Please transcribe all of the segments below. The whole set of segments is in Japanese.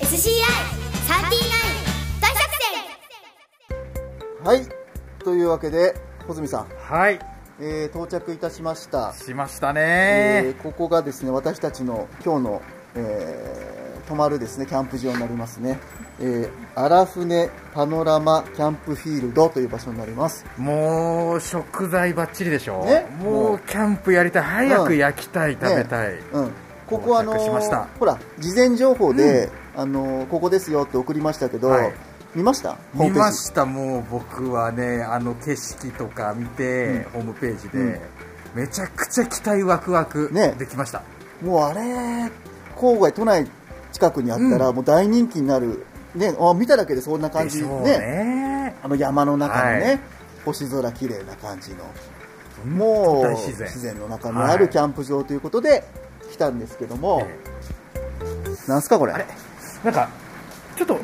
女子 CI サーティ大作はいというわけで穂積さん、はい、えー到着いたしました、しましたえねーここがですね私たちの今日の、えー泊まるですねキャンプ場になりますね、えー、荒船パノラマキャンプフィールドという場所になりますもう食材ばっちりでしょ、ねももううキャンプやりたい、早く焼きたい、食べたい、ねうん、ここあの到着しましたほら事前情報で、あのここですよって送りましたけど、はい見ましたホームペ見ージました、もう僕はね、あの景色とか見て、ホームページで、うんめちゃくちゃ期待ワクワクねできました、もうあれ郊外都内近くにあったら、もう大人気になるねあ見ただけでそんな感でじしょうね、あの山の中のね、はい星空綺麗な感じの、もう大自然の中にあるはいキャンプ場ということで来たんですけども、えなんすかこれ、えなんかち ょっと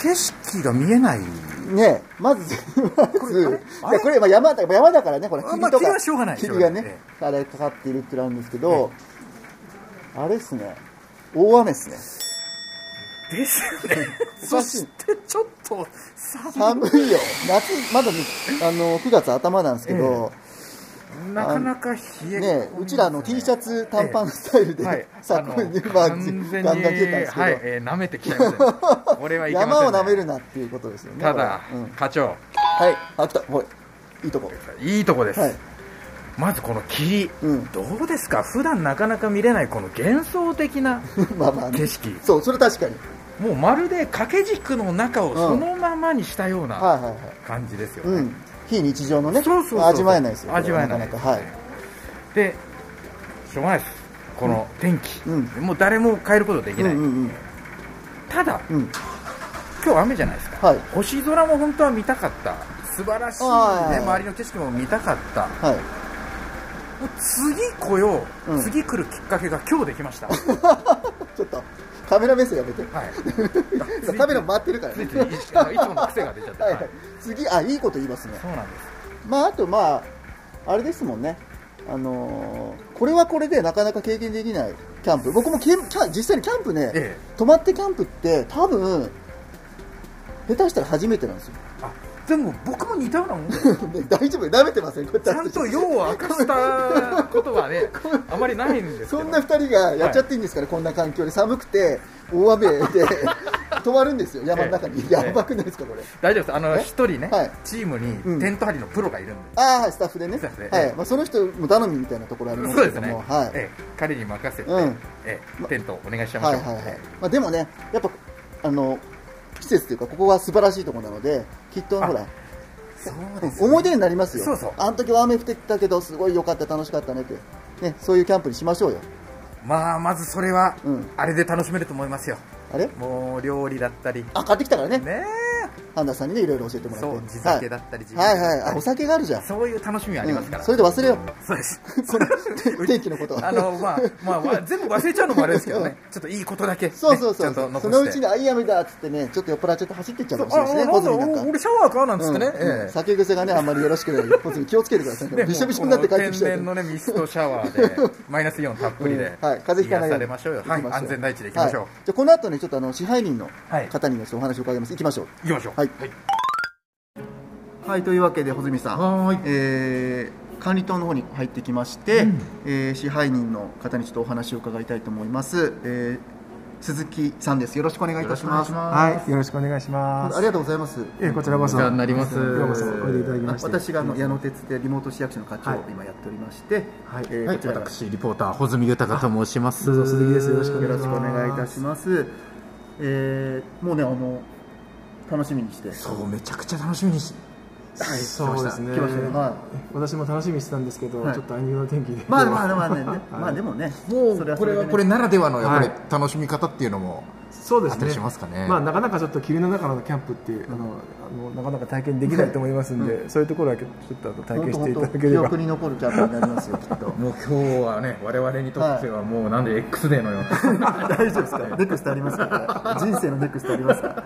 景色が見えない。ねまず、まずあいれあやれこれまあ山だ山だからね、これあ霧まあと霧か、はしょうがない霧がしょうがないねえ、あれかかっているってなんですけど、あれですね、大雨ですね、ですよね。おか そしいしてちょっと寒寒いよ、夏、まだね、あの9月頭なんですけど、い。なかなか冷え込みますね、うちらあの T シャツ短パンスタイルで、さこにまあガ完全にンガン着てたんですけど、はい、えー、舐めてきちゃいましたね。俺はいけません、ね。山を舐めるなっていうことですよね。ただ、これうん課長、はい、あ来た、ほい、いいとこ。いいとこです。はい、 まずこの霧、うんどうですか普段なかなか見れないこの幻想的 なまあまあ、景ね、色。そう、それ確かに。もうまるで掛け軸の中をそのままにしたようはないはいはい。感じですよね。うん、非日常のね、そうそうそう味わえないですよ。味わえないなかなか、はい。で、しょうがないです。この天気、うんもう誰も変えることできうんなうい。んうん、ただ、うん、今日雨じゃないですか。はい、星空も本当は見たかった素晴らしい、はいね、周りの景色も見たかったもはい。 う次来よう、うん次来るきっかけが今日できました、はい、ちょっと、カメラ目線やめて。 ついカメラ回ってるからつねい。ついついあのいつもの癖が出ちゃって、ははいいはい。次、あ、いいこと言いますね。そうなんですまあ、あと、まあ、あれですもんね。あのーこれはこれでなかなか経験できないキャンプ。僕もキャンキャン実際にキャンプね、え泊まってキャンプって多分下手したら初めてなんですよ えあでも僕も似たようなもんでね大丈夫舐めてませんこれちゃんと用を明かしたことはねあまりないんですけそどんな2人がやっちゃっていいんですから、こんな環境で寒くて大雨 で泊まるんですよ山の中に、ええやばくないですかこれ大丈夫ですあのえ一人ね、はいチームうんにテント張りのプロがいるんで、ああスタッフでねスタッフでえはいえまあ、その人も頼みみたいなところありますそうけですどね、も、はいええ彼に任せて、うんええまテントお願いしちゃいまはしいょう、はいはいまあ、でもねやっぱあの季節というかここは素晴らしいところなのできっとあほらそううでんすね思い出になりますよそうそうあの時は雨降ってきたけどすごい良かった楽しかったねってねそういうキャンプにしましょうよまあまずそれは、うんあれで楽しめると思いますよあれもう料理だったりあ買ってきたからねねハンダさんにねいろいろ教えてえもらってそう地酒だったり自分はいではいはいあお酒があるじゃんそういう楽しみありますから、うんそれで忘れよそう ですうこの天気のことはあのまあまあまあ全部忘れちゃうのもあれですけどねちょっといいことだけ、ね、そうそうそうちゃんと残してそのうちに「あいい雨だ」っつってねちょっと酔っ払っちゃって走ってっちゃうかもしれないしねああ小な泉んなだんか俺シャワーかなんつってね、うんうんええ酒癖がねあんまりよろしくない小泉気をつけてくださいねねびしょびしょになって帰ってきちゃうもうこの天から然のねミストシャワーでマイナスイオンたっぷりで、うんはい、風邪ひかないよう癒さにれましょうよは行きまいしょう安全第一でいきましょう、はいじゃあこの後ねちょっとあの支配人のはい方にねちょっとお話を伺います行きましょうい、きましょうはいはいというわけで穂積さんはーいえー管理棟の方に入ってきまして、うんえー支配人の方にちょっとお話を伺いたいと思います、えー鈴木さんですよろしくお願いいたしますよろしくお願いしますあはい、よろしくお願いします。りがとうございますええこちらこそ。お世話になりますようこそおいでいただきまして。私があの矢野鉄でリモート市役所の課長を今やっておりまして、はいえーはいこちらがリポーター穂積豊と申しますどうぞ鈴木ですよろしくおよ願ろいししくおます。願いいたします、えーもうねあの楽しみにしてそうめちゃくちゃ楽しみにしそうですね。来ましたねはい私も楽しみにしてたんですけど、はいちょっとあいにくの天気で。まあまあまあね、はいまあでもねもそうれはそこれれでねはこれならではのやっぱりはい楽しみ方っていうのも そうであすったね。りしますかねまあなかなかちょっと霧の中のキャンプっていうあのあのなかなか体験できないと思いますんで、そういうところはちょっとあの本体験当していただ本当けれ記ば憶。に残るキャンプになりますよきっ ともう今日はね我々にとってはもうなんで X デーのような大丈夫ですかネクストありますから人生のネクストありますから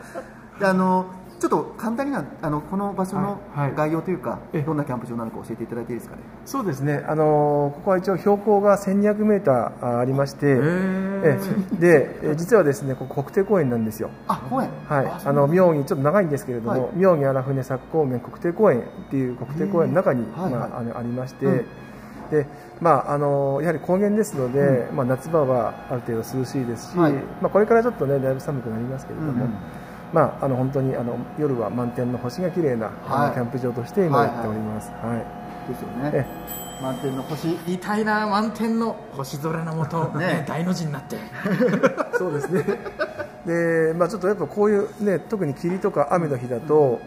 であのちちょっと簡単になあのこの場所のはいはい概要というか、ええどんなキャンプ場なのか教えていただいていいですかね。そうですね、あのーここは一応標高が1200メーターありまして、えでえ実はですねここ国定公園なんですよ。あ、公園。はい、あの妙義ちょっと長いんですけれども、はい妙義荒船作高面国定公園っていう国定公園の中に、へーはいまはいあ、あのありまして、うんでまあ、あのやはり高原ですので、まあ、夏場はある程度涼しいですし、はいまあ、これからちょっとねだいぶ寒くなりますけれどうも、んうんまあ、あの本当にあの夜は満天の星が綺麗な、あはいのキャンプ場として今やっております。はいですよえね。満点の星。痛いな満天の星空のもと、 ね、大の字になってそうですね。 で、まあちょっとやっぱこういうね、特に霧とか雨の日だと、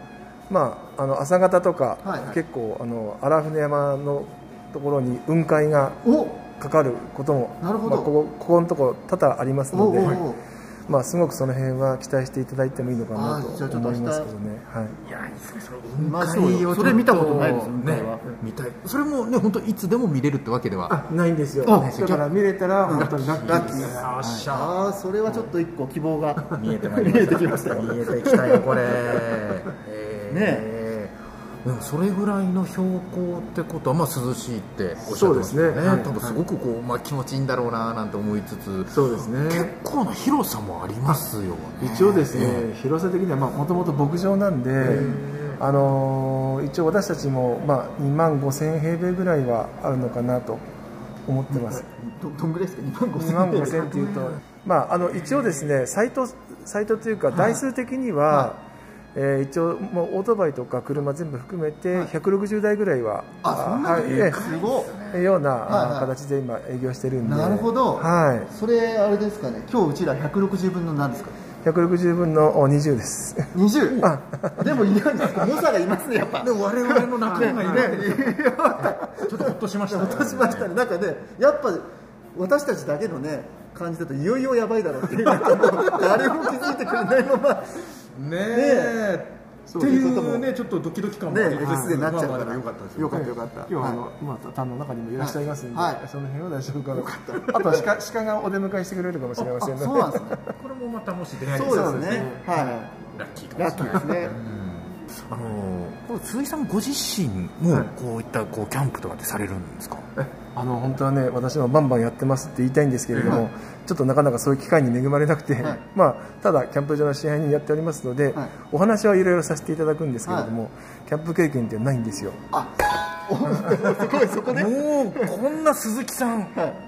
まああの朝方とか、はいはい結構あの荒船山のところに雲海がお、かかることも、なるほどまあ、ここここのところ多々ありますおので、おお。まあすごくその辺は期待していただいてもいいのかなあーじゃあちとょっと明思日いますけどね。はい。いやいいですねその見ま雲しょうよ海をそれ見たことないですちょっ雲海はね見たいそれもね本当いつでも見れるってわけではあ、ないんですよ。あだから見れたら本当にラッキーです。よっしゃああ、それはちょっと一個希望が。見えてまいりま見えしたてきましたよ見えてきたよこれ、えーでもそれぐらいの標高ってことは、まあ、涼しいっておっしゃってますよそうねですねはい多分すごくこう、まあ、気持ちいいんだろうななんて思いつつそうですね結構な広さもありますよね一応ですね、え広さ的にはもともと牧場なんで、あのー一応私たちも、まあ、2万5000平米ぐらいはあるのかなと思ってますど、どんぐらいですか。二万五千。 2万5000っていうと、まあ、あの一応ですねサイトサイトというか台数的には、えー一応もうオートバイとか車全部含めて160台ぐらいは、あ、そんなはに。いえすごい。えような、はいはい形で今営業してるんでなるほど。はいそれあれですかね。今日うちら百六十分の何ですか。 160分のお20です二十。でもいないですか。猛者がいますねやっぱ。でも我々の仲間がいるねねちょっとほっとしました、落としましたね、なんかね、やっぱ私たちだけのね、感じだと、いよいよやばいだろうっていうことも、誰も気づいてくれないまま、ねええそういうこともちょっとドキドキ感ね、ありま歴す史でなっちゃうかまあまあら、よかったですよかった、よかった、今日はあの、はまあ、単の中にもいらっしゃいますんで、はいはいその辺は大丈夫かなあとは鹿鹿がお出迎えしてくれるかもしれませいんあのでそうなんですね、これもまたもし出会えたらそうですね、はラッキーかい、ラッキーですね、あのこれ鈴木さんご自身もこういったこうキャンプとかってされるんですか、あの本当はね私もバンバンやってますって言いたいんですけれども、ちょっとなかなかそういう機会に恵まれなくて、はいまあ、ただキャンプ場の支配人やっておりますので、はいお話はいろいろさせていただくんですけれども、キャンプ経験ってないんですよすごい、そこで、もうこんな鈴木さん、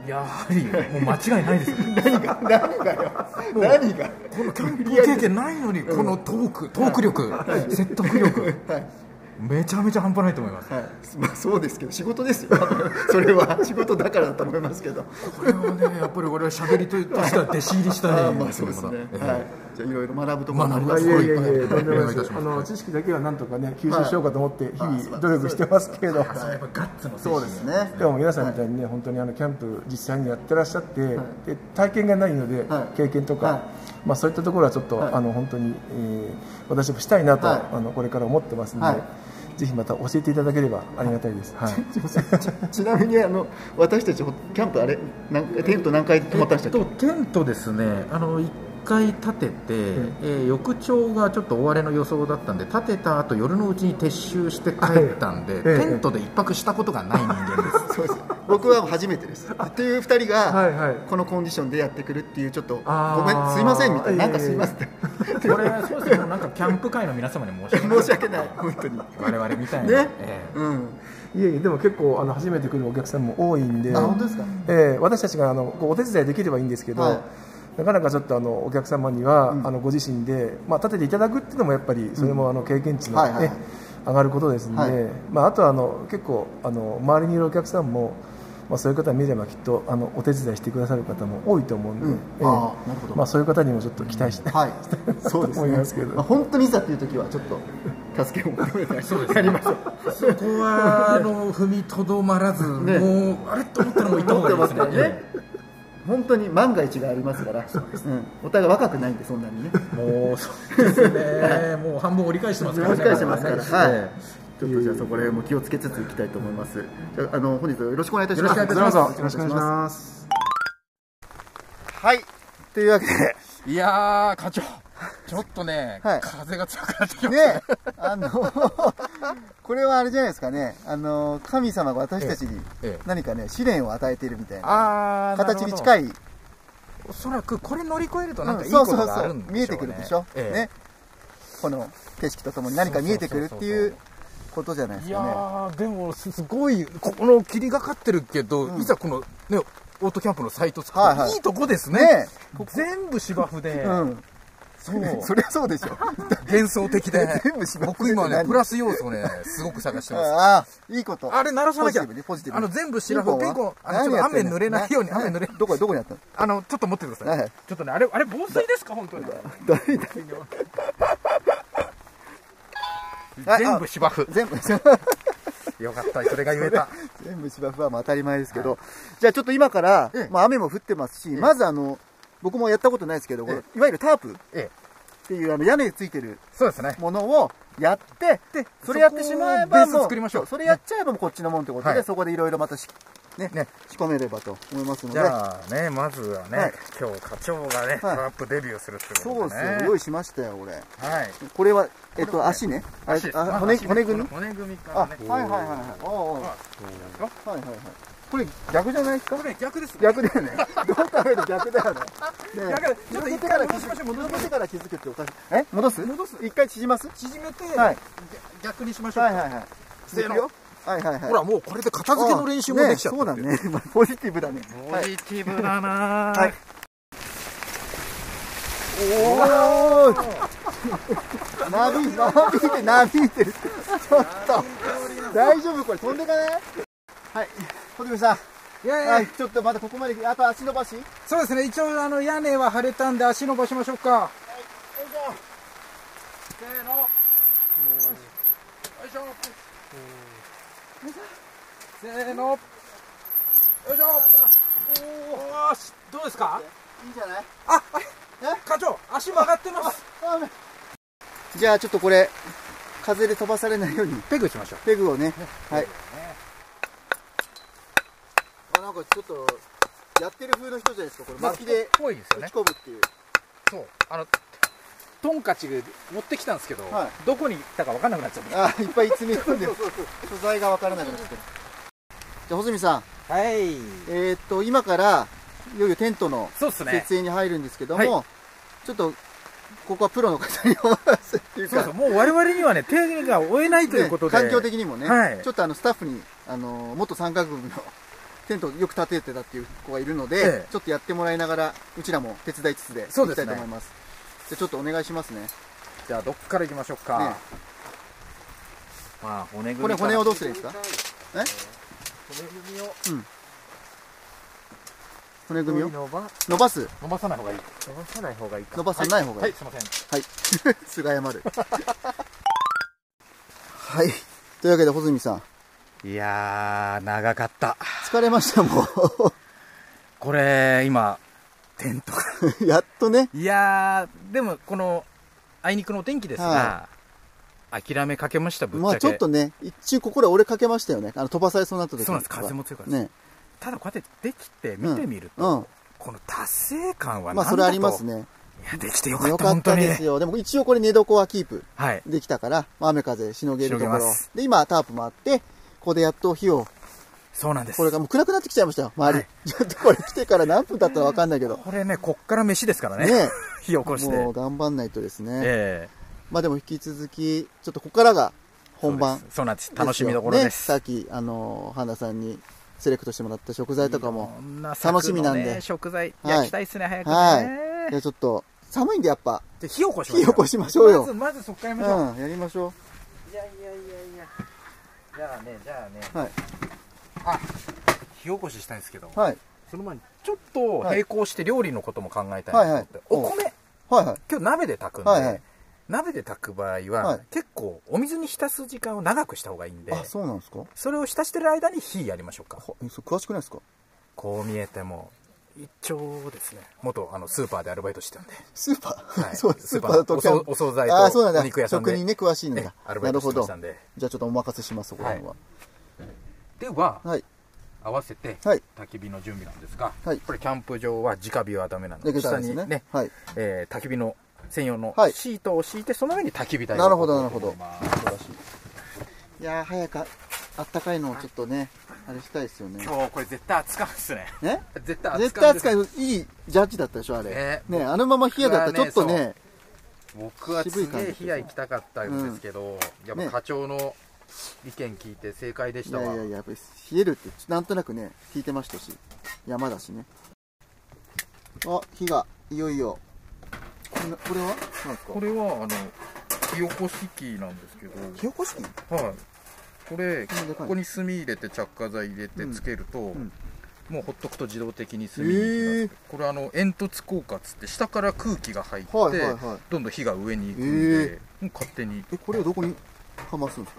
やはりもう間違いないですよ何が、何がよ、何が、このキャンプ経験ないのにこのトークトーク力、説得力はい、めちゃめちゃ半端ないと思いますはい、まあ、そうですけど、仕事ですよ、 それは、仕事だからだと思いますけど、これはねやっぱり我々しゃべりとしては弟子入りしたいあーまあ、そうですね、はい、じゃあ、いろいろ学ぶところもありまいすやねいやいやとんでもないお願いいたでしすますあの知識だけはなんとかね吸収しようかと思って日々努力してますけれど、やっぱガッツの精神そうですね。でも皆さんみたいにね、本当にあのキャンプ実際にやってらっしゃって、で体験がないので、はい経験とか、はいまあ、そういったところはちょっと、はいあの本当に、えー私もしたいなと、はいあのこれから思ってますので、はいぜひまた教えていただければありがたいです。はいち なみにあの私たちほキャンプあれなんテント何回泊まったんでしたっえっと、テントですねあの1回立てて、えー翌朝がちょっと終われの予想だったんで立てた後夜のうちに撤収して帰ったんで、ええテントで一泊したことがない人間ですけそうです僕は初めてですっていう2人はいはがいこのコンディションでやってくるっていうちょっとごあーめんすいませんみたいななんかいえいすいえいえませんってこれそうですねなんかキャンプ界の皆様に申し訳ない申し訳ない本当にね我々みたいな、ええうんいえいえ、でも結構あの初めて来るお客さんも多いんで、あ本当ですかえー私たちがあのこうお手伝いできればいいんですけど、はいなかなかちょっとあのお客様には、あのご自身で、まあ、立てていただくっていうのもやっぱりそれもあの経験値の、はねいはいはい上がることですので、はいまあ、あとはあの結構あの周りにいるお客さんも、まあ、そういう方見ればきっとあのお手伝いしてくださる方も多いと思うんで、うんえーあーなるほどまあ、そういう方にもちょっと期待して、はい そうです思いますけねどまあ本当にいざっていう時はちょっと助けを求めないそうですね、そこ はあの踏みとどまらず、ねもうあれと思ったらもう行っ た思方ってがまいすかいですらねね本当に万が一がありますからうんお互い若くないんでそんなにねもうそうですねもう半分折り返してますから理解してますから、はいええちょっとじゃあそこら辺も気をつけつついきたいと思います。じゃああの本日はよろしくお願いいたします。よろしくお願いしますよろしくお願いしまます。 す。はい。というわけで、いやー課長ちょっとね、はい風が強くなってきましたね、あの、これはあれじゃないですかね、あの、神様が私たちにええ何かね、試練を与えているみたいなああ形に近いい、おそらくこれ乗り越えるとなんかいいそこうとそうがあそるうんでしょうね、見えてくるでしょ、ええね、この景色とともに何か見えてくるっていうことじゃないですいやかーでもすすごいここの霧がかってるけど、うんいざこのねオートキャンプのサイト作って、はいいはいい、とこですね。ねね全部芝生で、うん、そう そりゃそうでしょ。幻想的で全部芝生で僕今ね何プラス要素をねすごく探してますああ、いいこと。あれ鳴らさなきゃポジティブにポジティブあにの全部芝生ピンポンあのちょっと何やって雨んの濡れないように雨濡れどこどこにあった のあのちょっと持ってください、 はいちょっとねあれあれ防水ですか本当に誰だはい全部芝生全部、よかったそれが言えた全部芝生はまあ当たり前ですけど、じゃあちょっと今から、ええまあ、雨も降ってますし、まずあの僕もやったことないですけど、このいわゆるタープっええていうあの屋根についてる そうですねものをやって、でそれやってしまえばそこをベースも作りましょうそれやっちゃえばもうこっちのもんってことで、はいそこでいろいろまたし、ねね仕込めればと思いますのじで、ゃあね、まずはね、はい今日課長がね、トラップデビューするってこそうでとですね。よ、用意しましたよ、俺。はい。これは、えっと、足ね。あ足あまず骨足ね骨組み骨組みかあ、らはいね。はいはいはい。おうおうははいはいはい。これ逆じゃないですかこれ逆ですね。逆だよ ね。どう食べる逆だよね。ねだからちょっと一回戻しましょう戻し戻してから気づくっておかしい。え戻す戻す一回縮ます縮めて、はい逆逆にしましょう。はいはいはい。せーのいくよはいはいはい。ほら、もうこれで片付けの練習もできちゃった。ねそうだ。ね。 ポジティブだね。ポジティブだなはぁい。おーいなび、なびいて、なびいてる。ちょっと。大丈夫これ飛んでかないはい。小泉さん。いやいや、はい。ちょっとまだここまで、あと足伸ばしそうですね。一応、あの、屋根は張れたんで足伸ばしましょうか。せーの。よいしょ。せーの。よいしょ。おーし、どうですかいいんじゃないあ、あれ課長、足曲がってます。じゃあちょっとこれ風で飛ばされないようにペグしましょう。ペグをねはいあなんかちょっとやってる風の人じゃないですかこれ薪でぽいです打ち。込むっていうそう。あの、トンカチ持ってきたんですけどはいどこに行ったか分かんなくなっちゃっあいっぱい詰め込んで素材がわからなくなってるじゃあ穂積さんた。はい。えーっと今からいよいよテントのそうですね。設営に入るんですけども、はちょっとここはプロの方にお任せっていうそうかそう、もう我々にはね、手が負えないということで。ね環境的にもね、はいちょっとあのスタッフにあの元山岳部のテントをよく建ててたっていう子がいるので、ええちょっとやってもらいながらうちらも手伝いつつでそ行うきでたいすねと思いますじゃあちょっとお願いしますねじゃあどっから行きましょうか、ねまあ骨組みこれから骨をどうするんですかえ骨組みを骨組みを伸ば伸ばす伸ばさない方がいい伸ばさない方がいいか伸ばさない方がいいはい、はい、すいませんはい 菅山る はいというわけで穂積さんいやー、長かった。疲れましたもこれ、今、テント が。うやっとねいやー、でも、この、あいにくのお天気ですが、諦めかけました、ぶっちまあゃけ。ちょっとね一中心折れかけましたよねあの飛ばされそうになった時そうなんです、風も強かったです。ねただ、こうやってできて、見てみると、うんこの達成感はなまんだあと、それあります。ねいや、できてよかった、よかっ本た当に。ですよ。でも一応これ寝床はキープはい。できたから、まあ雨風しのげるとこしのろげます。で、今タープもあって、ここでやっと火を、そうなんです。これがもう暗くなってきちゃいましたよ、周り。はいちょっとこれ来てから何分経ったらわかんないけど。これね、こっから飯ですから ね。ね 火起こして。もう頑張んないとですね。えまあでも引き続き、ちょっとここからがえ本番そうですそうなんです。楽しみどころです。よね、さっき、あの、花さんにセレクトしてもらった食材とかもこ。んな楽しみなんで柵のね食材、はい焼きたいっすね、早くね。はい。じゃあちょっと、寒いんでやっぱ、で火起こしま火しょう起こしましょうまずよ。まずそっからやうりましん、ょう、やりましょいやいやいやいやじゃあねじゃあねう。はい。火起こししたいんですけど、はい。その前にちょっと並行して料理のことも考えたいなとはい思っはて、いはいお米はいはい。今日鍋で炊くんで、はいはい鍋で炊く場合は、はい結構お水に浸す時間を長くした方がいいんであ、そうなんですかそれを浸してる間に火やりましょうかえそれ詳しくないですかこう見えても一丁ですね元あのスーパーでアルバイトしてたんでスーパー、はいそうスーパーだとスーパーのお惣お惣菜とあーそうなんだお肉屋さんで職人ね詳しいんえだえアルバなイるトしほてまどじしたゃんであちょっとお任せしますそこら辺はでははい合わせてはい焚き火の準備なんですが、はいこれキャンプ場は直火はダメなのだけでどあ下れですにねねはいえー焚き火の専用のはいシートを敷いて、その上に焚き火台をなるほどなるほど置こうと思います素晴らしいいやー早くああったかいのをちょっとねあれしたいですよね今日これ絶対暑かんっすね。 ね絶対絶暑対かん暑かいいいジャッジだったでしょあれねねあのまま冷やだったらちょっと僕はねね僕は渋いす感じげえです被害行きたかったんですけど、やっねぱ課長の意見聞いて正解でしいたやわ。いやいややっぱり冷えるってなんとなくね聞いてましたし山だしねあ火がいよいよこれなこれは何ですかこれはあの火起こし器なんですけど、火起こし器はい。これこんなでこかいこに炭入れて着火剤入れてうんつけると、んもうほっとくと自動的に炭に火がつく、これあの煙突効果っつって下から空気が入って、はいはいはいどんどん火が上に行くんで、へもう勝手にえこれをどこにかますんで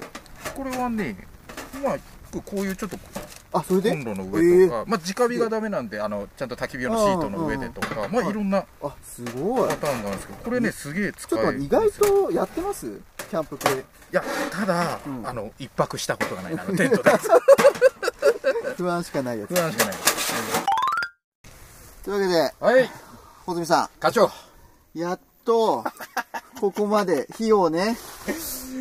すかこれはねまあこういうちょっとあそれでコンロの上とえか、まあ直火がダメなんであのちゃんと焚き火用のシートの上でとかまはあいいろんなーあすごいパターンがあるんですけどこれねすげえ使ちょっとえ待るってん意ですよ外とやってますキャンプ系いやただ、うんあの一泊したことがないなあのテン トで不安しかないやつ不安しかないですというわけではい穂積さ課長んやっとここまで火をね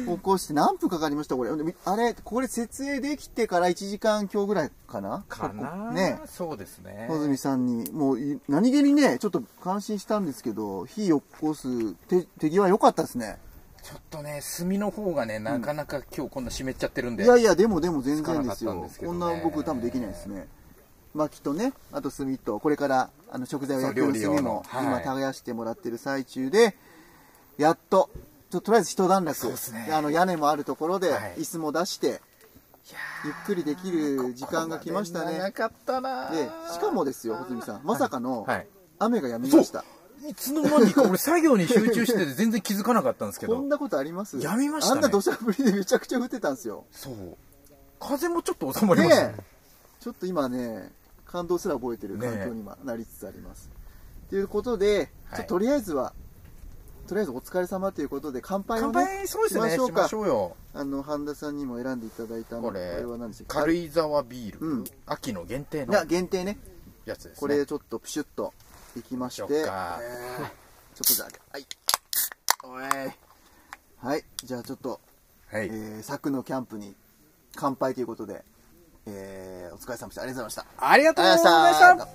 起こして何分かかりましたこれでもあれこれ設営できてから1時間強ぐらいかなかな、こねそうですね穂積さんにもうい何気にねちょっと感心したんですけど火起こす手手際良かったですねちょっとね炭の方がねなかなか今日こんな湿っちゃってるんいでやいやでもでも全然ですつかなかったよんですけこどんねな僕多分できないですねまあきっとねあと炭とこれからあの食材を焼そうく料理炭用のも今はい耕してもらってる最中でやっとちょっととりあえず一段落そうですねあの屋根もあるところではい椅子も出してゆっくりできる時間が来ましたねなかったなでしかもですよ穂積さんまさかのはい雨がやみましたいつの間にか俺作業に集中してて全然気づかなかったんですけこどんなことありますやみましたあねんな土砂降りでめちゃくちゃ降ってたんですよそう風もちょっと収まりましたねねえちょっと今ね感動すら覚えてる環ねえ境に今なりつつありますと、いうことではいちょっととりあえずは、とりあえずお疲れ様ということで乾杯を乾ね杯そうですねしましょうしかましょうよあの半田さんにも選んでいただいたのこれは何でしたっけ軽井沢ビール、うん秋の限定いやの限定ねやつですねこれちょっとプシュッといきまししよてっかちょっとじゃあはいおいはいじゃあちょっと、はい、えー、昨のキャンプに乾杯ということで、えー、お疲れ様でしたありがとうございましたありがとうございありましがとうございまた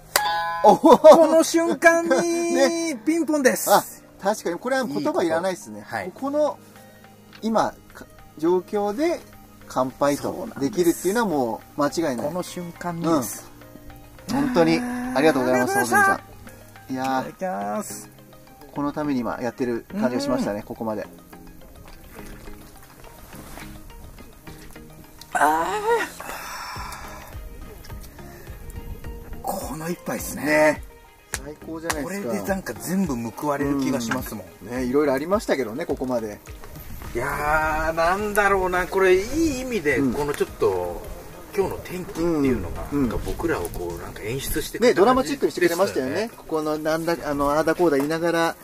おおこの瞬間にねピンポンです、あ 確かにこれは言葉いらないですねいいことはいここの今か状況で乾杯そうとなでんですきるっていうのはもう間違いないこの瞬間にです、本当にありがとうございますあ大泉りがとうございさまんいいやただきますーこのために今やってる感じがしましたねここまでこの一杯ですねね最高じゃないこでれすでかなんか全部報われる気がしますもんねいろいろありましたけどねここまでいやーなんだろうなこれいい意味で、うんこのちょっと今日の天気っていうのが、うんうんなんか僕らをこうなんか演出してくれねたドラマ感チじックにしてくれましたよねでここのなんだあのああだこうだ言いながら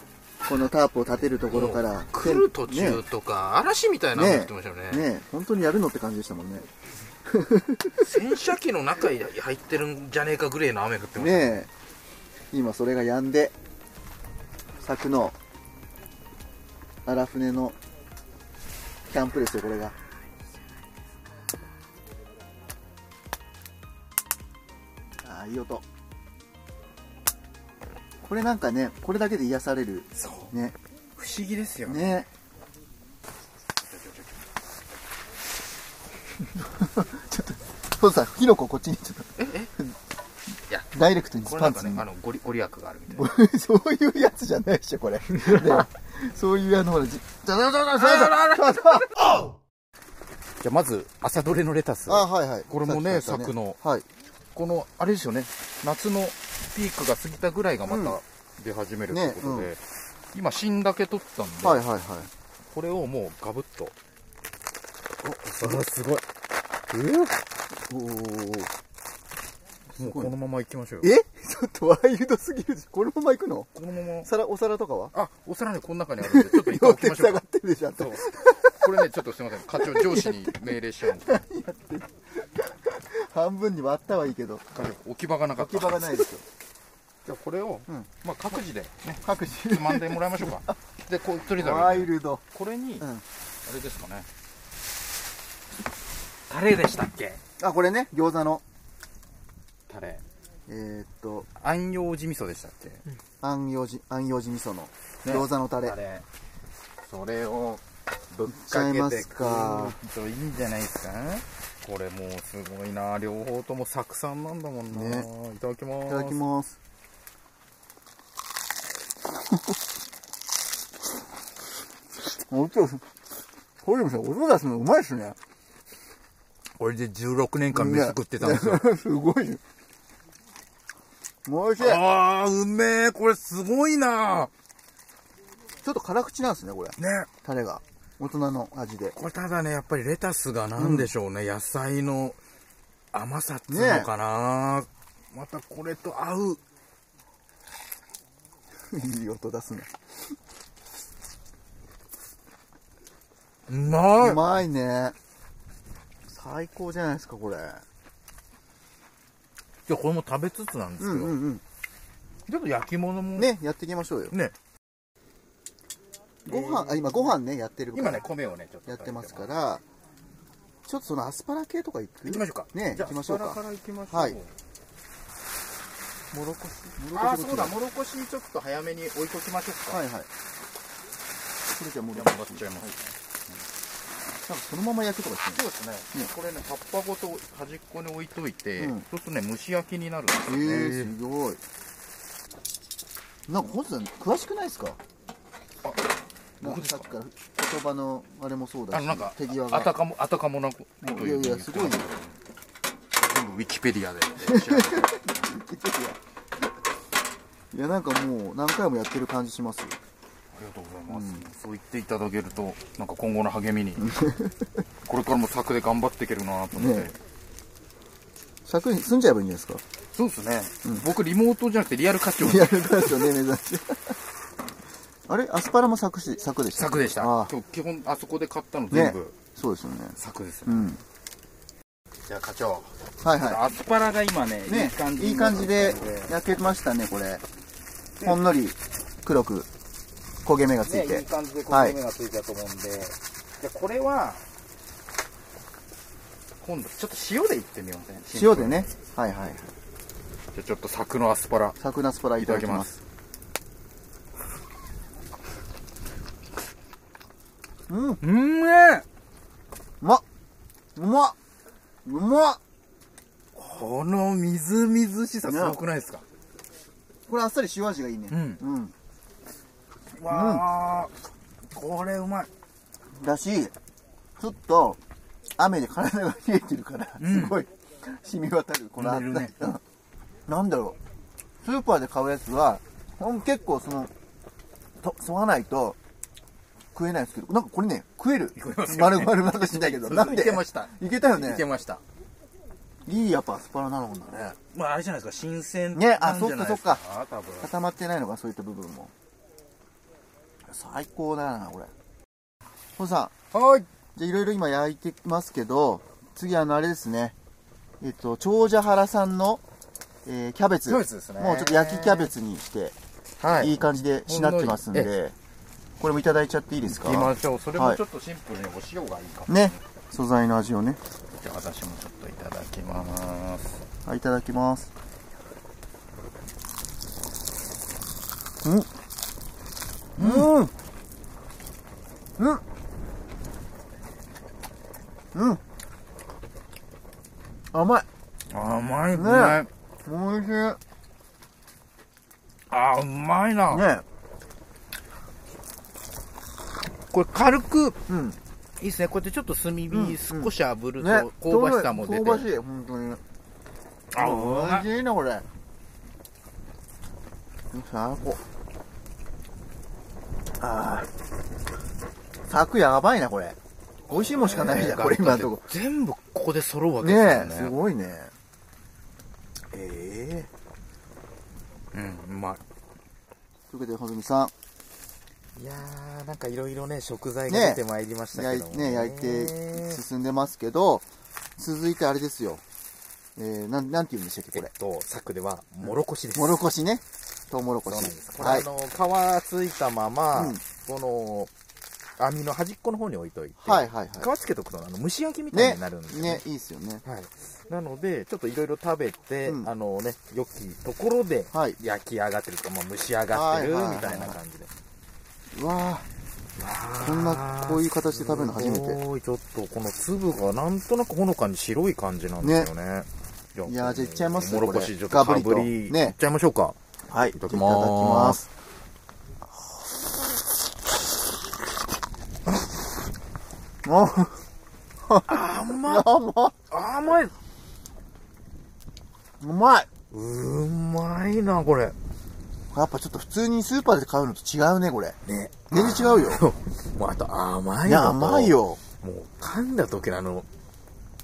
このタープを立てるところかもらう来る途中とか、嵐みたいなのね言ってましたよねねね本当にやるのって感じでしたもんね洗車機の中に入ってるんじゃねえかぐらいの雨降ってましたねねえ今それが止んで柵の荒船のキャンプですよこれがああいい音これなんかねこれだけで癒されるそうね不思議ですよねね ちょっとそうさ火の粉こっちにちょっといやダイレクトにこスれパなんンかツねにあのご利ご利益があるみたいな俺 そういうやつじゃないでしょ これ、ね、そういうあのほらじじゃじゃじゃじゃじゃじゃじゃあまず朝どれのレタスあはいはいこれもねさっき買った柵のはいこのあれですよね夏のピークが過ぎたぐらいがまうた出始めるってねことで、今芯だけ取ったんで、はいはいはいこれをもうガブッとおーもうこのままいきましょうよえ ちょっとワイルドすぎるでしょこのまま行くのこのまま皿お皿とかはあお皿ねこの中にあるんでちょっと一回両置き手ましょ塞うがっかてるでしょあんたそうこれねちょっとすいません課長上司に命令しちゃうんで半分に割ったはいいけ ど課長置き場がなかっ置たき場がないですよじゃあこれを、んまあ各自でね各自つまんでもらいましょうかでこう取りたワらいいイルド、これに、うあん、れですかねタレでしたっけあこれね餃子のタレえーっと安養寺味噌でしたっけ、安養寺安養寺味噌のね餃子のタレ、タレそれをぶっいかっちゃいけまてす食かうといいんじゃないですかこれもうすごいな両方とも酢酸なんだもんな、ねいただきますいただき ますおちょこれでもさ音出すのうまいっすねこれで16年間飯食ってたんですよ、ね すごいねおいしいちああうめえこれすごいなょっと辛口なんですねこれねタレが大人の味 でこれただねやっぱりレタスがなんでしょうね、野菜の甘さっていうのかな、またこれと合ういい音出すねうまいうまいね最高じゃないですかこれじゃあこれも食べつつなんですうけんど、うんちょっと焼き物うもんねやっていきましょうよねご飯あ今ご飯ねやってるから今ね米をねちょっとやってますからちょっとそのアスパラ系とかいく行きましょうかねじゃ行あきましょうアスパラかから行きましょうはいもろこしもろあこあしそうだもろこしちょっと早めに置いときましょうかはいいはいこれじゃあもうじなゃんあか戻っちゃいます、そのまま焼くとかそうですね、これね葉っぱごと端っこに置いといて、うんそうするとね蒸し焼きになるんですしよないね、えー、すごいなんか本さん詳しくないですかあなんか僕ですさっかきから言葉のあれもそうだあしのなんか手際あたがかもあたかもなくもういやいやすごいよ全部ウィキペデ ィアでいやなんかもう何回もやってる感じしますよありがとうございます、そう言っていただけるとなんか今後の励みに これからも柵で頑張っていけるなと思って、ね尺に済んじゃえばいいんじゃないですかそうですね、僕リモートじゃなくてリアル課長 やるからですよね、珍しい。あれアスパラも作詞、作でした。柵でしたあ今あ日基本あそこで買ったの全ね部、。そうですよね。柵ですうね、ん。じゃあ課長はいはアスパラが今ねい。いいね感、じいい感じで焼けましたね、これ。ほんのり黒く焦げ目がついね、いてい。感じでこはのい目がついたと思うんで、じゃあこれは今度ちょっと塩でいってみようね塩でね。はいはい。じゃあちょっと柵のアスパラサクナスパラいただきます。うん、ううんめえまっうまっうまっこのみずみずしさすごくないですか、これあっさり塩味がいいね。うんうん。わあ、これうまいだし、ちょっと雨で体が冷えてるから、すごい染み渡る、この暑染みさるね。うんなんだろう。スーパーで買うやつは、ほん結構その、と、沿わないと食えないんですけど、なんかこれね、食える。食えますよ丸ね々なんかしないけど、そうなんでいけましたいけたよねいけ。ましたいいやっぱアスパラなのもんだね。まああれじゃないですか新鮮ねあなんじゃないですそ多分固まってないのか、そういった部分も。最高だな、これ。ほんさん、はいじゃあいろいろ今焼いてますけど、次あのあれですね。えっと、長者原さんの、えーキャベツ。キャベツですねもうちょっと焼きキャベツにして、はいい行い感じでしなってますんほんので、これもいただいちゃっていいですかきましょうそれもはいちょっとシンプルにお塩がいいかもね。素材の味をね。じゃあ私もちょっといただきますはい、いただきます。うん。うん。うん。うん。甘い。甘いねねおいしい。ねあーうまいな、え。これ軽くうん。いいですねこうやってちょっと炭火うん少し炙るねと、香ばしさも出て、香ばしい、本当に。あうまい美味しいな、これ。最高。ああ。柵やばいな、これ。美味しいもんしかないじゃん、これ今のとこ。全部ここで揃うわけですねよえ、ねすごいね。ええうんうまということで、ほずみさん、いいやーなんかいろいろね食材ねが出てまいりましたけ焼どもい,、ね、焼いて進んでますけど、続いてあれですよ。えー、なん、なんて言うんでしたっけ、えこっれ。と柵ではもろこしですもろこしね。とうもろこそうなんでしす。これ、はいあ。の皮ついたまま、うんここの網の端っこの方に置いといて、はいはいは皮つけとくとあの蒸し焼きみい。たいねになるんで、ねね、いいですよね。はい、なのでちょっといろいろ食べて、うんあのね良きところではい焼き上がってるとか、まあ蒸し上がってるみはいはいはいはいたいな感じで、うわーこんな、こういう形で食べるの初めすて。ごいちょっとこの粒がなんとなくほのかに白い感じなんですよねいやーじゃあいっちゃいますもろこしちょっガブとかリとぶりねいっちゃいましょうかはい、いいただきただきま。ますあ甘い甘いうんうまいうまいなこれやっぱちょっと普通にスーパーで買うのと違うね、これ。ね全然違うよ。もうあと甘いのといや、甘いよ。もう噛んだ時のあの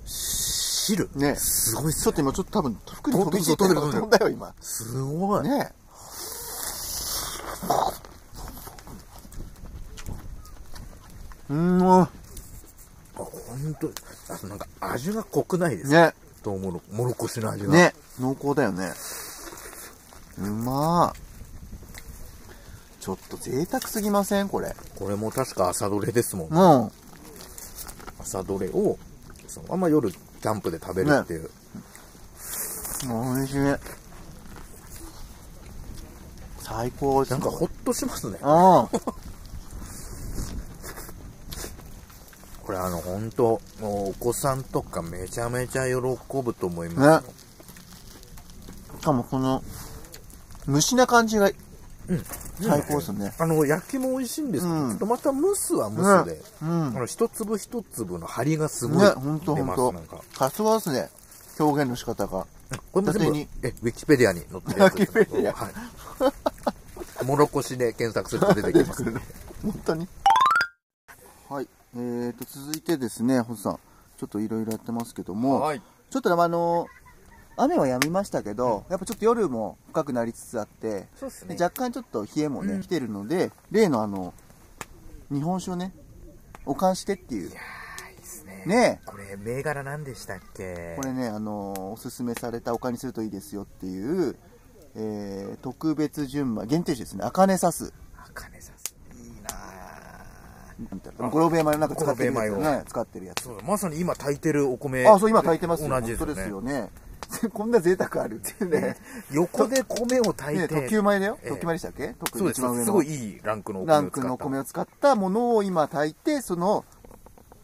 汁ねすごいっちすょっと今、ちょっと多分、服に飛びついてるのが飛んだよ、今。すごい、ねえ。うん、もあ本当あとなんか味が濃くないでうすね、とうもろもろこしの味がね、濃厚だよね。うまー。ちょっと贅沢すぎませんこれ。これも確か朝どれですもん、も朝どれをそのまま夜キャンプで食べるっていう、うん、もう美味しい。最高です。なんかほっとしますねうこれあの本当もうお子さんとかめちゃめちゃ喜ぶと思いますよ、ん。しかもこの、虫な感じが、最高ですね。あの焼きも美味しいんですけど、うんちょっとまた蒸すは蒸すで、うんあ。の一粒一粒の張りがすごいね、ほんと出ほんます、となんか。さすがですね。表現の仕方が。これも全伊達部にえウィキペディアに載ってるやつですウィキペディアはい、もろこしで検索すると出てきますね 本当にはい。えーと、続いてですね、ホズさん。ちょっといろいろやってますけども、はいちょっとねあの、雨はやみましたけど、やっぱちょっと夜も深くなりつつあって、そうですで若干ちょっと冷えもね、来てるので、例のあの、日本酒をね、お燗してっていう。ねこれ銘柄何でしたっけこれね、あのーおすすめされたおかにするといいですよっていう、えー、特別純米、限定酒ですね、茜サス。金さすいいなぁみたいな。ゴロベー米をなんか使ってるやつゴロよベーね、使ってるやつ。そうまさに今炊いてるお米あ、そう、今炊いてますよ。同じですよ本当ねですよね。 こんな贅沢あるっていうね。横で米を炊ね、いて、特急米だよ。ええ特急米でしたっけ特そ急うです一番上すのごいいいランクのお米をラ使ンったクのお米を使ったものを今炊いて、その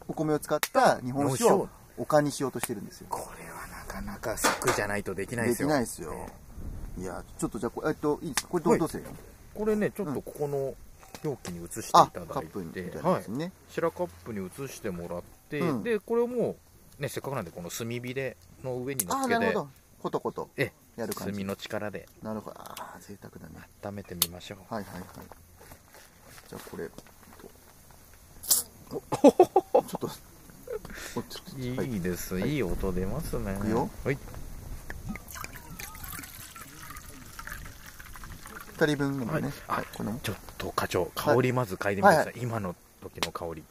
お米を使った日本酒日本を酒おかにしようとしてるんですよ。これはなかなか柵じゃないとできないでできすよないですよええ。いや、ちょっとじゃあこれ、えっと、いいですかこれどうはいどうするこれねちょっとここの容器に移していたあ、だいてカップみたいなはやいつ、ね。白カップに移してもらって、うんでこれをもう、ね、せっかくなんでこの炭火での上に乗あっー、けなるほてど。コトコトええやる感じ炭。の力でなるほど。ああ、贅沢だね。温めてみましょうはいはいはい。じゃあこ れ。おちょっと。おちょっといはいいです、い、い音出ますねくよはい二人分ぐらいね。はいはい、この。ちょっと課長香りまず嗅いでみてください、今の時の香り、ね、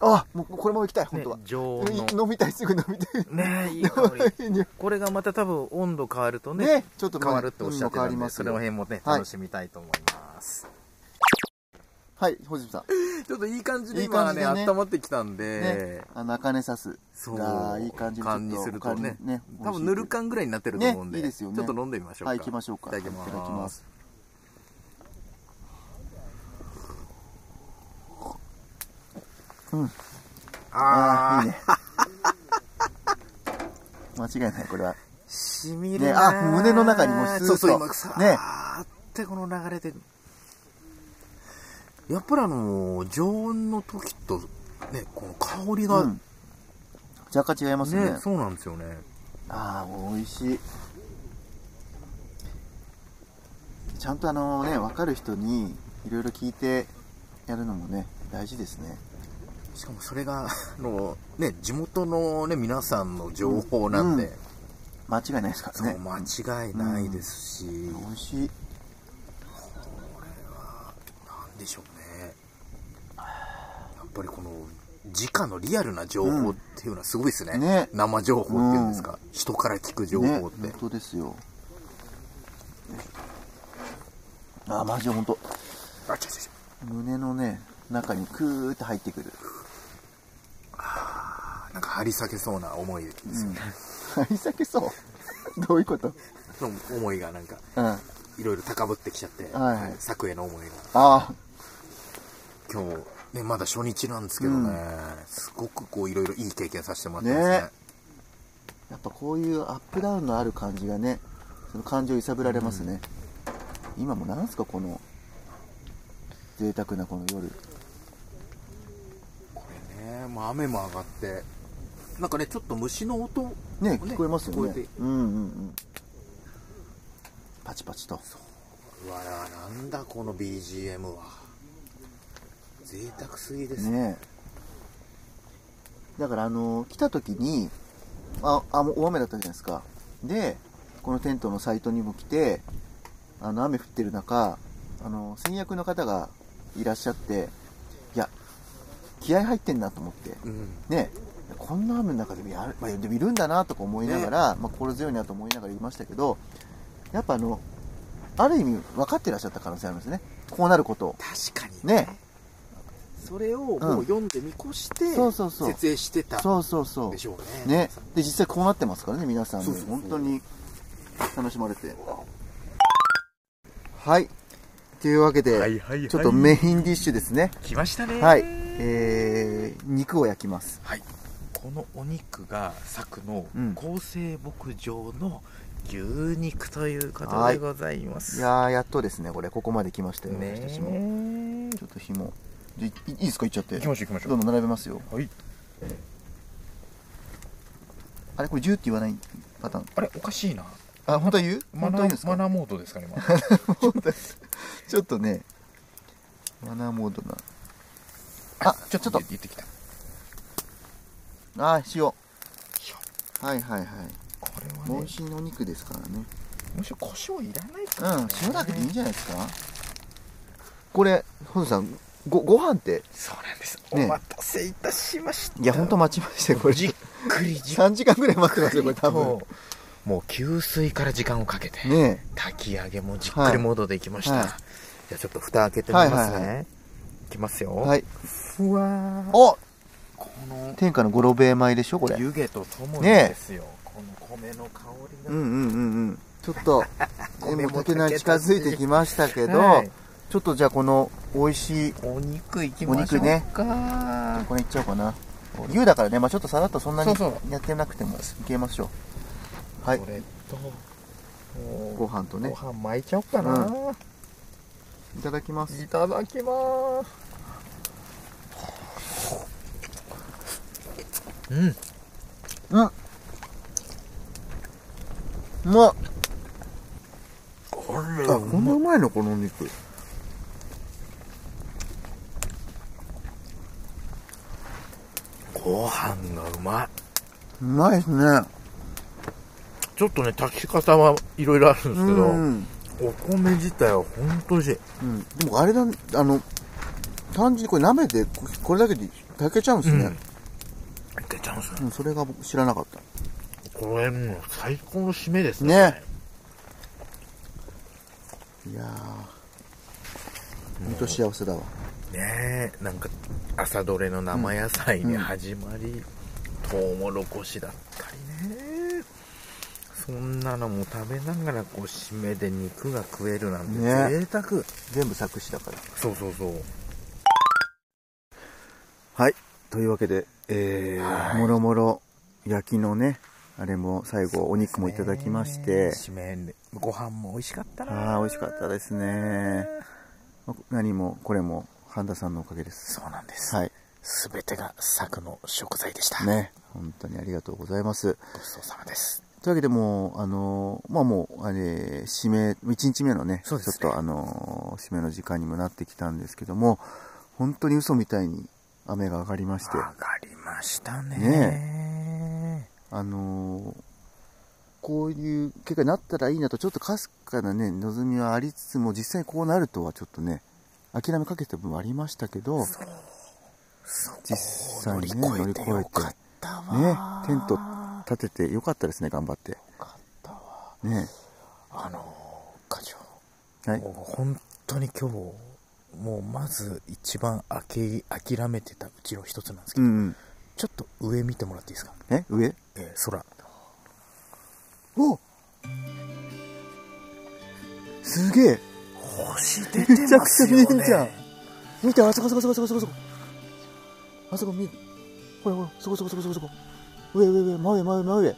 あ、もうこれも行きたい、本当は。常温の飲みたい、すぐ飲みたい。ねいい香り これがまた多分温度変わるとねね、ちょっとまあ変わるっておっしゃってうんた変わりんまですその辺もねはい楽しみたいと思います、はい、ほじみさん。ちょっといい感じいでい感今じでねね温まってきたんで、ね、あの、茜さすそうがいい感じちょっとにするとねお金多分ぬる感ぐらいになってると思うんでねいいですよねちょっと飲んでみましょうかはい、行きましょうか。いただきますいただきます。ああ、いいね。 間違いない、これは。しみねあ胸の中にもうスーッとそうそう今さねあってこの流れでやっぱりあの常温の時とねこの香りが、うん。若干違いますよね。ねそうなんですよねああ、美味しい。ちゃんとあのね、分かる人にいろいろ聞いてやるのもね、大事ですね。しかもそれがあのね地元のね皆さんの情報なんうで、ん間違いないですからそうね。間違いないですし、美な味しい。んでしょうねやっぱりこの直のリアルな情報っていうのはすごいですね,、うんね生情報っていうんですか、人から聞く情ね、報本って、当ですよ。ああ、マジで本当。あちょちょちょ胸のね中にクーって入ってくる なんか張り裂けそうな思いですよね、張り裂けそうどういう ことその思いがなんかうんあいろいろ高ぶってきちゃって、はいはい作への思いがあ今日、ね、まだ初日なんですけどね、うすごくこういろいろいい経験させてもらってますねねやっぱこういうアップダウンのある感じがねその感情揺さぶられますね、今もなんすかこの贅沢なこの夜これね、まあ、雨も上がってなんかねちょっと虫の音もね聞こえますよね聞こえてうんうんうんパチパチとうわなんだこの BGM は贅沢すぎですねねえだからあの来た時にああもう大雨だったじゃないですかでこのテントのサイトにも来てあの雨降ってる中あの先約の方がいらっしゃっていや気合入ってんなと思ってうんねこんな雨の中でもやる、まあ、でもいるんだなとか思いながら、まあ、心強いなと思いながら言いましたけどやっぱあのある意味分かってらっしゃった可能性ありますねこうなることを確かにねそれをもうんう読んで見越して、そうそうそう設営してたそうそうそうでしょうねね、で実際こうなってますからね皆さんねそうそうそう本当に楽しまれてはいというわけで、はいはいはいちょっとメインディッシュですね来ましたねはいえー、肉を焼きますはいこのお肉が作のうん厚生牧場の牛肉というこはといでございます、いやーやっとですねこれここまで来ましたよ、ね私たちもちょっと紐じゃいいいですかいっちゃって行きましょう行きましょうどんどん並べますよはいあれこれ10って言わないパターンあれおかしいなあ本当は言うマ本当ナはいいんですーかマナーモードですかね 今ちょっとねマナーモードなあちょちょっと言ってきたあー塩はいはいはいこれは美ね味しいお肉ですからねむしろ胡椒いらないかうら、ねん塩だけでいいんじゃないですかこれ本さんごご飯ってそうなんです、ねお待たせいたしましたいや本当待ちましたよこれじっくりじっ3時間ぐらい待ってますよこくれり多と分もう給水から時間をかけて、ね炊き上げもじっくりモードでいきました、はいはいじゃあちょっと蓋開けてみますね、はいいはいきますよ、えはいふわーおこの天下の五郎兵衛米でしょこれうん湯気とともにねえですよ、この米の香りが、うんうんうんちょっ とごめんも竹菜近づいてきましたけど、はいちょっとじゃあこの美味しいお肉いきましおょ肉ねうか、これいっちゃおうかな牛だからね、まあ、ちょっとさらっとそんなにそうそやってなくてもいけましょうはいこれともうご飯とねご飯巻いちゃおうかな、いただきますいただきますうんうんうまっこれあこんなうまいのこのお肉ご飯がうまいうまいですねちょっとね炊き方はいろいろあるんですけど、うん、お米自体はほんと美味しいうん、でもあれだあの単純にこれ鍋でここれだけで炊けちゃうんですね、いけちゃうんですうんねそれが僕知らなかったこれもう最高の締めですねいやーほんと幸せだわねえなんか朝どれの生野菜に始まり、とうもろこしだったりねそんなのも食べながらこう締めで肉が食えるなんてね贅沢、全部作詞だからそうそうそうはいというわけでえー、もろもろ焼きのねあれも最後お肉もいただきまして、締めでご飯も美味しかったなああ美味しかったですねま何もこれも半田さんのおかげですそうなんです、はい全てが作の食材でした、ね本当にありがとうございますごちそうさまですというわけでもうあのーまあもうあれ締め1日目のねそうですねちょっとあのー締めの時間にもなってきたんですけども本当に嘘みたいに雨が上がりまして上がりましたねあのーこういう結果になったらいいなとちょっとかすかなね望みはありつつも実際こうなるとはちょっとね諦めかけた部分はありましたけど実際にね乗り越えてねテント立ててよかったですね頑張ってよかったわねあの課長はいもう本当に今日もうまず一番あけ諦めてたうちの一つなんですけうど、んちょっと上見てもらっていいですか、うん。え上えー空おすげえ星出めちゃくちゃ見えんじゃん見てあそこそこそこそこそこそこあそこ見えほらほらそこそこそこそこそこ上上上真上真上真上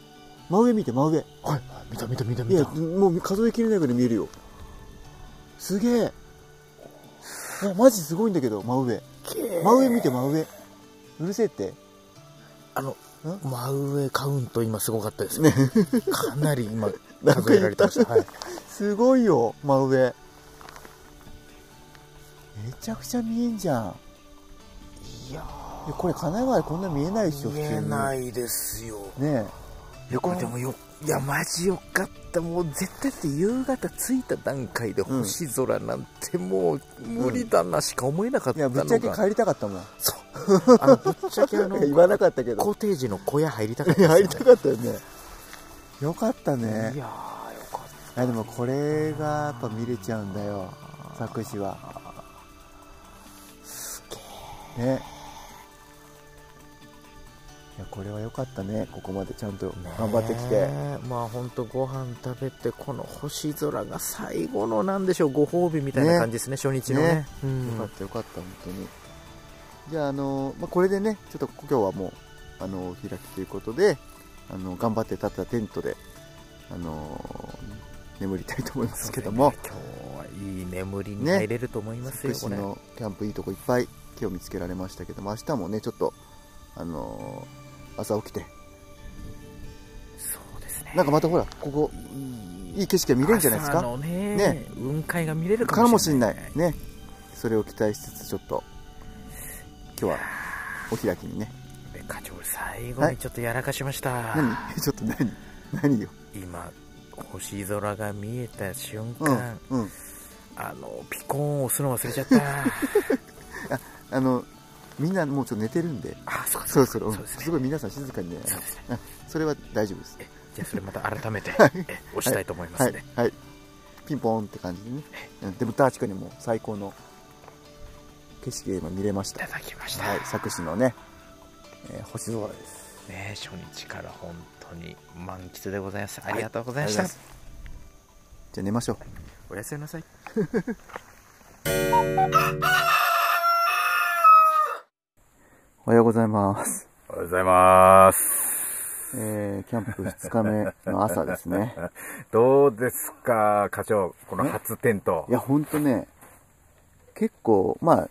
真上見て真上はいはい見た見た見たい見やたもう数えきれないぐらい見えるよすげえいやマジすごいんだけど真上真上見て真上うるせえってあのん真上カウント今すごかったですねかなり今数えられて ました、はい、すごいよ真上めちゃくちゃ見えんじゃんいやいやこれ神奈川でこんな見えないでしょ見えないいですよねえこれでもよいやマジよかったもう絶対だって夕方着いた段階で星空なんてもう無理だなしか思えなかっいたやのぶが、っちゃけ帰りたかったもんそうあのぶっちゃけあ の言 わなかったけどコテージの小屋入りたかったですよ入りたかったよねよかったねいやーよかっいやでもこれがやっぱ見れちゃうんだよ作詞はすげえねいやこれは良かったねここまでちゃんとた頑張ってきて、ねえまあ本当ご飯食べてこの星空が最後のなんでしょうご褒美みたいな感じですね初日のねねうよかっん、たよかった本当にじゃああの、まあ、これでねちょっと今日はもうあのお開きということであの頑張って立ったテントであの眠りたいと思いますけども今日はいい眠りに入れると思いますよ、福こ祉れのキャンプいいとこいっぱい今日見つけられましたけども明日もねちょっとあの朝起きてそうですねなんかまたほらここいい景色が見れるんじゃないです朝かのねね雲海が見れるかかももししれれなないいねそれを期待しつつちょっと今日はお開きにねで課長最後はいにちょっとやらかしました、何 ちょっと何何よ今星空が見えた瞬う間ん、うんあのピコーン押すの忘れちゃったあのみんなもうちょっと寝てるんであそうかそそうろかそろうんそうですすねごい皆さん静かにねそうですねあそれは大丈夫ですえじゃあそれまた改めて、え押したいと思いまはすいね、はいピンポーンって感じでねうんでも確かにもう最高の景色が今見れましい、たただきました、はい作詞のね、えー星空ですね初日から本当に満喫でございますありがとうございましあた、りがとうございますじゃあ寝ましょうおやすみなさい おはようございます、おはようございますえー、キャンプ2日目の朝ですね どうですか課長この初テントいやほんとね結構まあ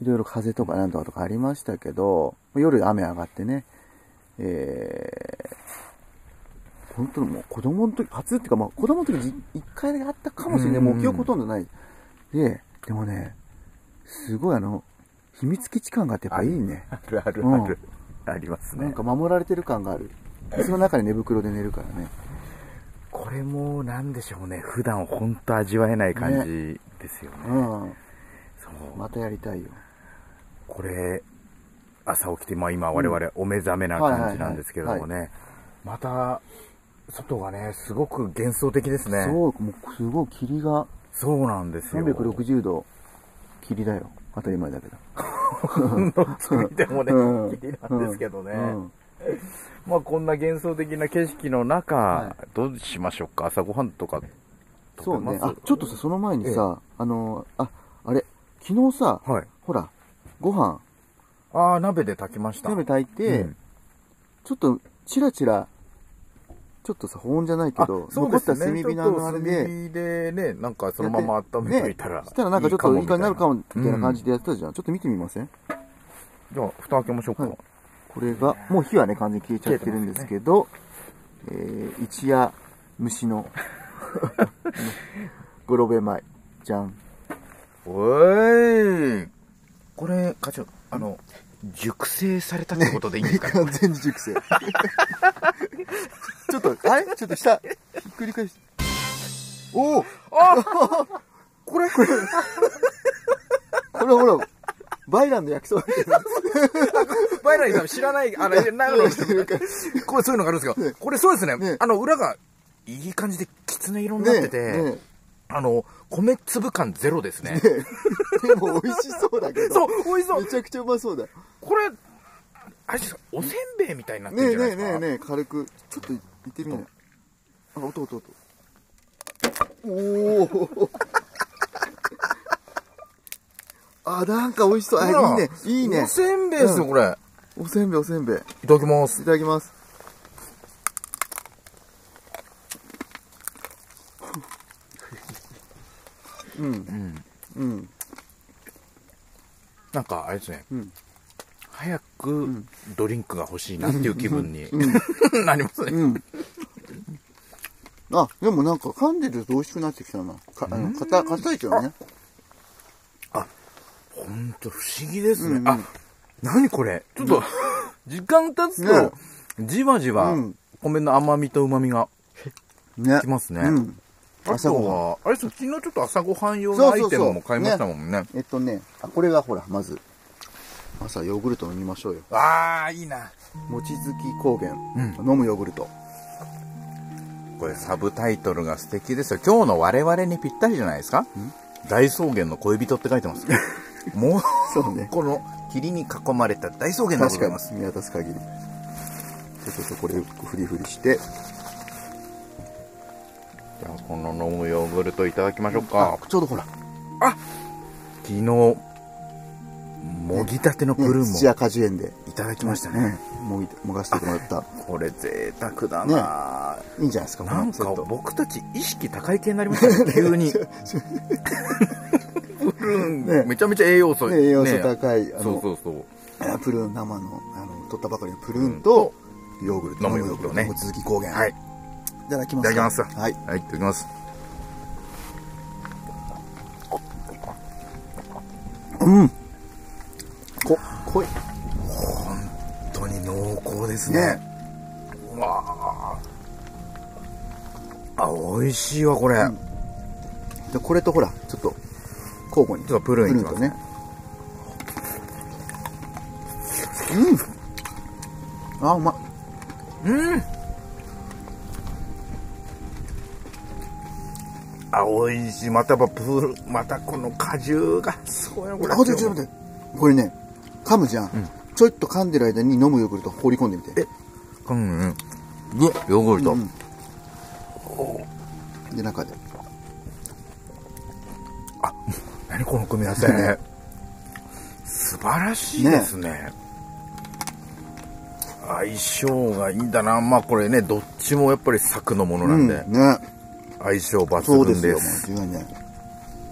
いろいろ風とかなんとかとかありましたけど夜雨上がってねえー、本当にもう子供の時初っていうか、まあ、子供の時に1回だけあったかもしれない、うんもう記憶ほとんどないででもねすごいあの秘密基地感があってやっぱいいねあるあるうんある、ありますなんねか守られてる感が あるその中に寝袋で寝るからねこれもなんでしょうね普段本当味わえない感じですよねうそう、んまたやりたいよこれ朝起きて、まあ、今我々お目覚めな感じなんですけれどもねまた外がねすごく幻想的ですねそうもうすごい霧がそうなんですよ360度霧だよ当たり前だ けど作りでもねうん綺麗なんですけどね、うんまあこんな幻想的な景色の中、はどうしましょうか朝ごはんとか食そべうねますあちょっとさその前にさあのああれ昨日さはいほらご飯ああ鍋で炊きました鍋炊いて、うんちょっとチラチラちょっとさ保温じゃないけど、あそう残でったす炭ね火のあれちょっとで炭火でねなんかそのまま温めといたらねしたらなんかちょっといい感じになるかもみみたいな感じでやってたじゃん、ちょっと見てみませんじゃあ蓋開けましょうか、はいこれがもう火はね完全に消えちゃってるんですけどえー一夜虫のグロベ米じゃんおいこれ課長あの熟成されたってことでいいんですか、完全に熟成ちょっとあれちょっと下ひっくり返しておおこれこれこれほらバイランの焼きそばみたいなバイラリーさん知らない、あの、長野の人もこれそういうのがあるんですけど、これそうですね、ねあの、裏が、いい感じで、きつね色になってて、ねえねえあの、米粒感ゼロですね。でも美味しそうだけど。そう、美味しそうめ。ちゃくちゃうまそうだ。ねこれ、あれですか、おせんべいみたいになってるんえじゃなねいえでねすか。えねえ、軽く。ちょっと行ってみよう。あ、音音音。おお。 あ、なんか美味しそう。あ、いいね。 いいねお。せんべいですよ、うんこれ。おせんべいおせんべい。いいただきます。ただきます。うん。うん。なんか、あれですね。うん早くドリンクが欲しいなっていう気分に なりますね。うん。あ、でもなんか噛んでると美味しくなってきたな。か、あの、硬、硬いけどね。ほんと不思議ですね。うんうんあ、なにこれちょっと、 時間経つねと、じわじわうん、米の甘みと旨みが。ね。きますねうん。朝ごはん。は、あれですよ昨日ちょっと朝ごはん用そのうアそうそうイテムも買いましたもんね。えっとね、あ、これがほら、まず、朝ヨーグルト飲みましょうよ。ああ、いいな。もちづき高原、飲むヨーグルト。これサブタイトルが素敵ですよ。今日の我々にぴったりじゃないですか大草原の恋人って書いて ます。もう、そうねこの霧に囲まれた大草原でご確ざかいにます。見渡す限りでちょっとこれをフリフリしてじゃあ、この飲むヨーグルトいただきましょうあか。ちょうどほら、ね、昨日、もぎたてのプルーン土も屋果樹園でいただきましたね。もぎもがしてもらったこれ贅沢だな、いいんじゃないですかなんちょかっと僕たち意識高い系になりま したね、急に。プルーン、ねめちゃめちゃ栄養素。ね栄養素高いねあのそうそうそう。プルーン生のあの取ったばかりのプルーンと、ヨーグルト飲むヨーグルトねもちづき高原はい。いただきまいたすだきます。はいはい、いただきます。こ濃い本当に濃厚ですね。ねあ、美味しいわ、これ。でこれとほらちょっと交互にちょっとプルーンいきますねプルーンとねうんあうまいあ、美味しい。またやっぱプール、またこの果汁が、すごいな、これ。あ、ちょっと待って。これね、噛むじゃん。ちょいっと噛んでる間に飲むヨーグルト放り込んでみて。うんうん。ヨーグルト。うんで、中で。何この組み合わせね。素晴らしいですね。相性がいいんだな。まあこれね、どっちもやっぱり作のものなんで、うんね。相性抜そうで群すでよ、す。もう。違いない。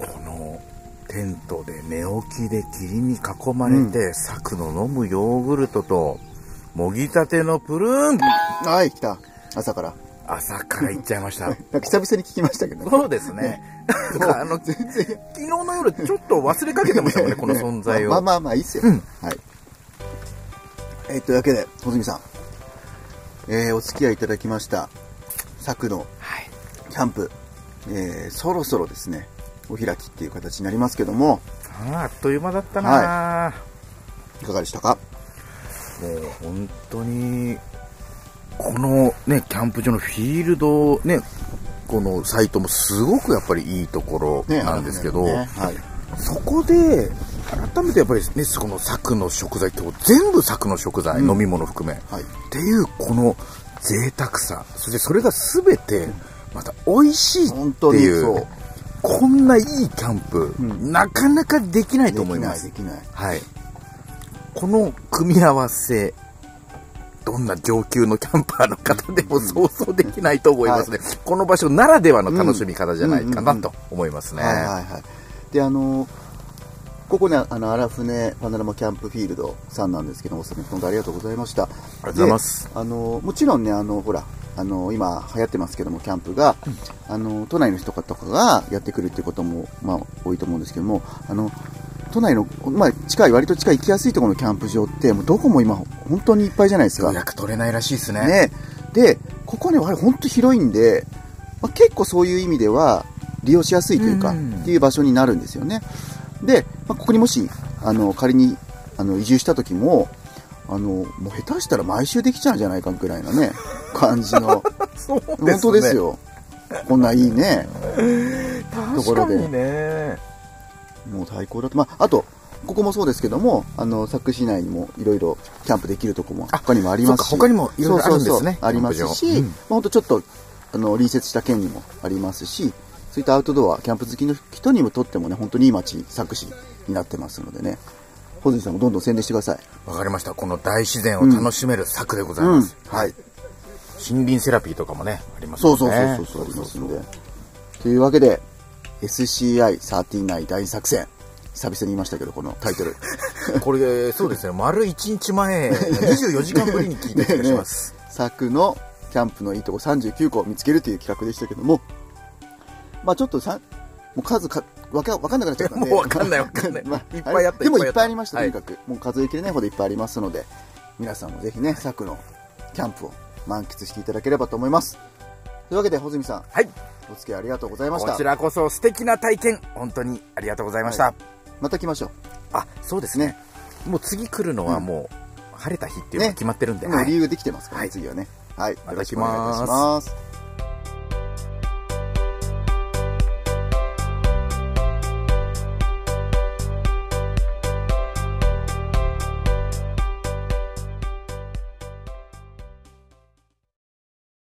このテントで寝起きで霧に囲まれて、柵の飲むヨーグルトともぎたてのプルーンはい、来た。朝から。朝から行っちゃいました なんか久々に聞きましたけどね。そうです ねなんかあの昨全然。日の夜ちょっと忘れかけてましたも んねこの存在を、まあまあまあ、いいっすよ。はい。えーというわけで、小泉さん。えーお付き合いいただきました。昨のはい、キャンプ。えーそろそろですね、お開きっていう形になりますけども、あーあっという間だったな、いかがでしたかもう本当にこのねキャンプ場のフィールドねこのサイトもすごくやっぱりいいところねなんですけど、ねはい。そこで、改めてやっぱりね、この柵の食材、今日全部柵の食材、飲み物含め、はいっていうこの贅沢さ、そしてそれが全て、また美味しい本って当にいうそうこんないいキャンプ、なかなかでき ないとで思きいまない、すで。きない。はい。この組み合わせ、どんな上級のキャンパーの方でも想像できないと思いますね。この場所ならではの楽しみ方じゃないかなと思いますね。はいはいはい。で、あの、ここね、あの、荒船パノラマキャンプフィールドさんなんですけど、お勧め本当ありがとうございました。ありがとうございます。あの、もちろんね、あの、ほら、あの、今流行ってますけども、キャンプが、あの、都内の人とかがやってくるっていうことも、まあ、多いと思うんですけども、あの、都内の、まあ、近い、割と近い、行きやすいところのキャンプ場って、もうどこも今、本当にいっぱいじゃないですか。予約取れないらしいですね。ね。で、ここはね、我々本当広いんで、まあ、結構そういう意味では利用しやすいというか、うんっていう場所になるんですよね。で、まあ、ここにもし、あの、仮に、あの、移住した時も、あの、もう下手したら毎週できちゃうんじゃないかぐらいの ね、感じの。そうですね本当ですよ。こんないいね。とこ確ろかでにねもう最高だと、まあ、あとここもそうですけどもあの佐久市内にもいろいろキャンプできるとこもあ他にもありますしそうか他にも色々あるんですねそうそうそうありますし、キャンプ場うんまあ、ほんとちょっとあの隣接した県にもありますしそういったアウトドアキャンプ好きの人にもとってもね本当にいい街佐久市になってますのでね穂積さんもどんどん宣伝してくださいわかりましたこの大自然を楽しめる策でございます、はい森林セラピーとかもねありますそうもんそうねそうそうそうありますんでというわけで SCI39 大作戦久々に言いましたけどこのタイト ルこれそうですね丸1日前24時間ぶりに聞いた気が します柵のキャンプのいいとこ39個を見つけるという企画でしたけども、まあちょっとさんもう数かわかわかんなくなっちゃったんで もうわかんないわかんない いっぱいあったでもいいっぱっぱいあったいありました、はいとにかくもう数えきれないほどいっぱいありますので皆さんもぜひね柵のキャンプを満喫していただければと思いますというわけで穂積さんはいお付き合いありがとうございましたこちらこそ素敵な体験本当にありがとうございました、はいまた来ましょあそうですねもう次来るのはもう晴れた日っていうのがね決まってるんうで、もうはい理由できてますから、ねはい次はねはいまたよろしくお願いいたし来ます